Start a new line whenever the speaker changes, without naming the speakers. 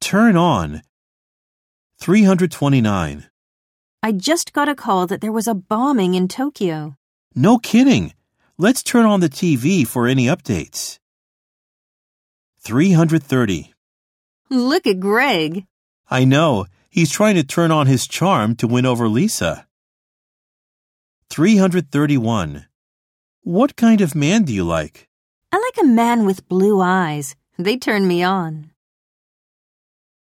Turn on. 329.
I just got a call that there was a bombing in Tokyo.
No kidding. Let's turn on the TV for any updates. 330.
Look at Greg.
I know. He's trying to turn on his charm to win over Lisa. 331. What kind of man do you like?
I like a man with blue eyes. They turn me on.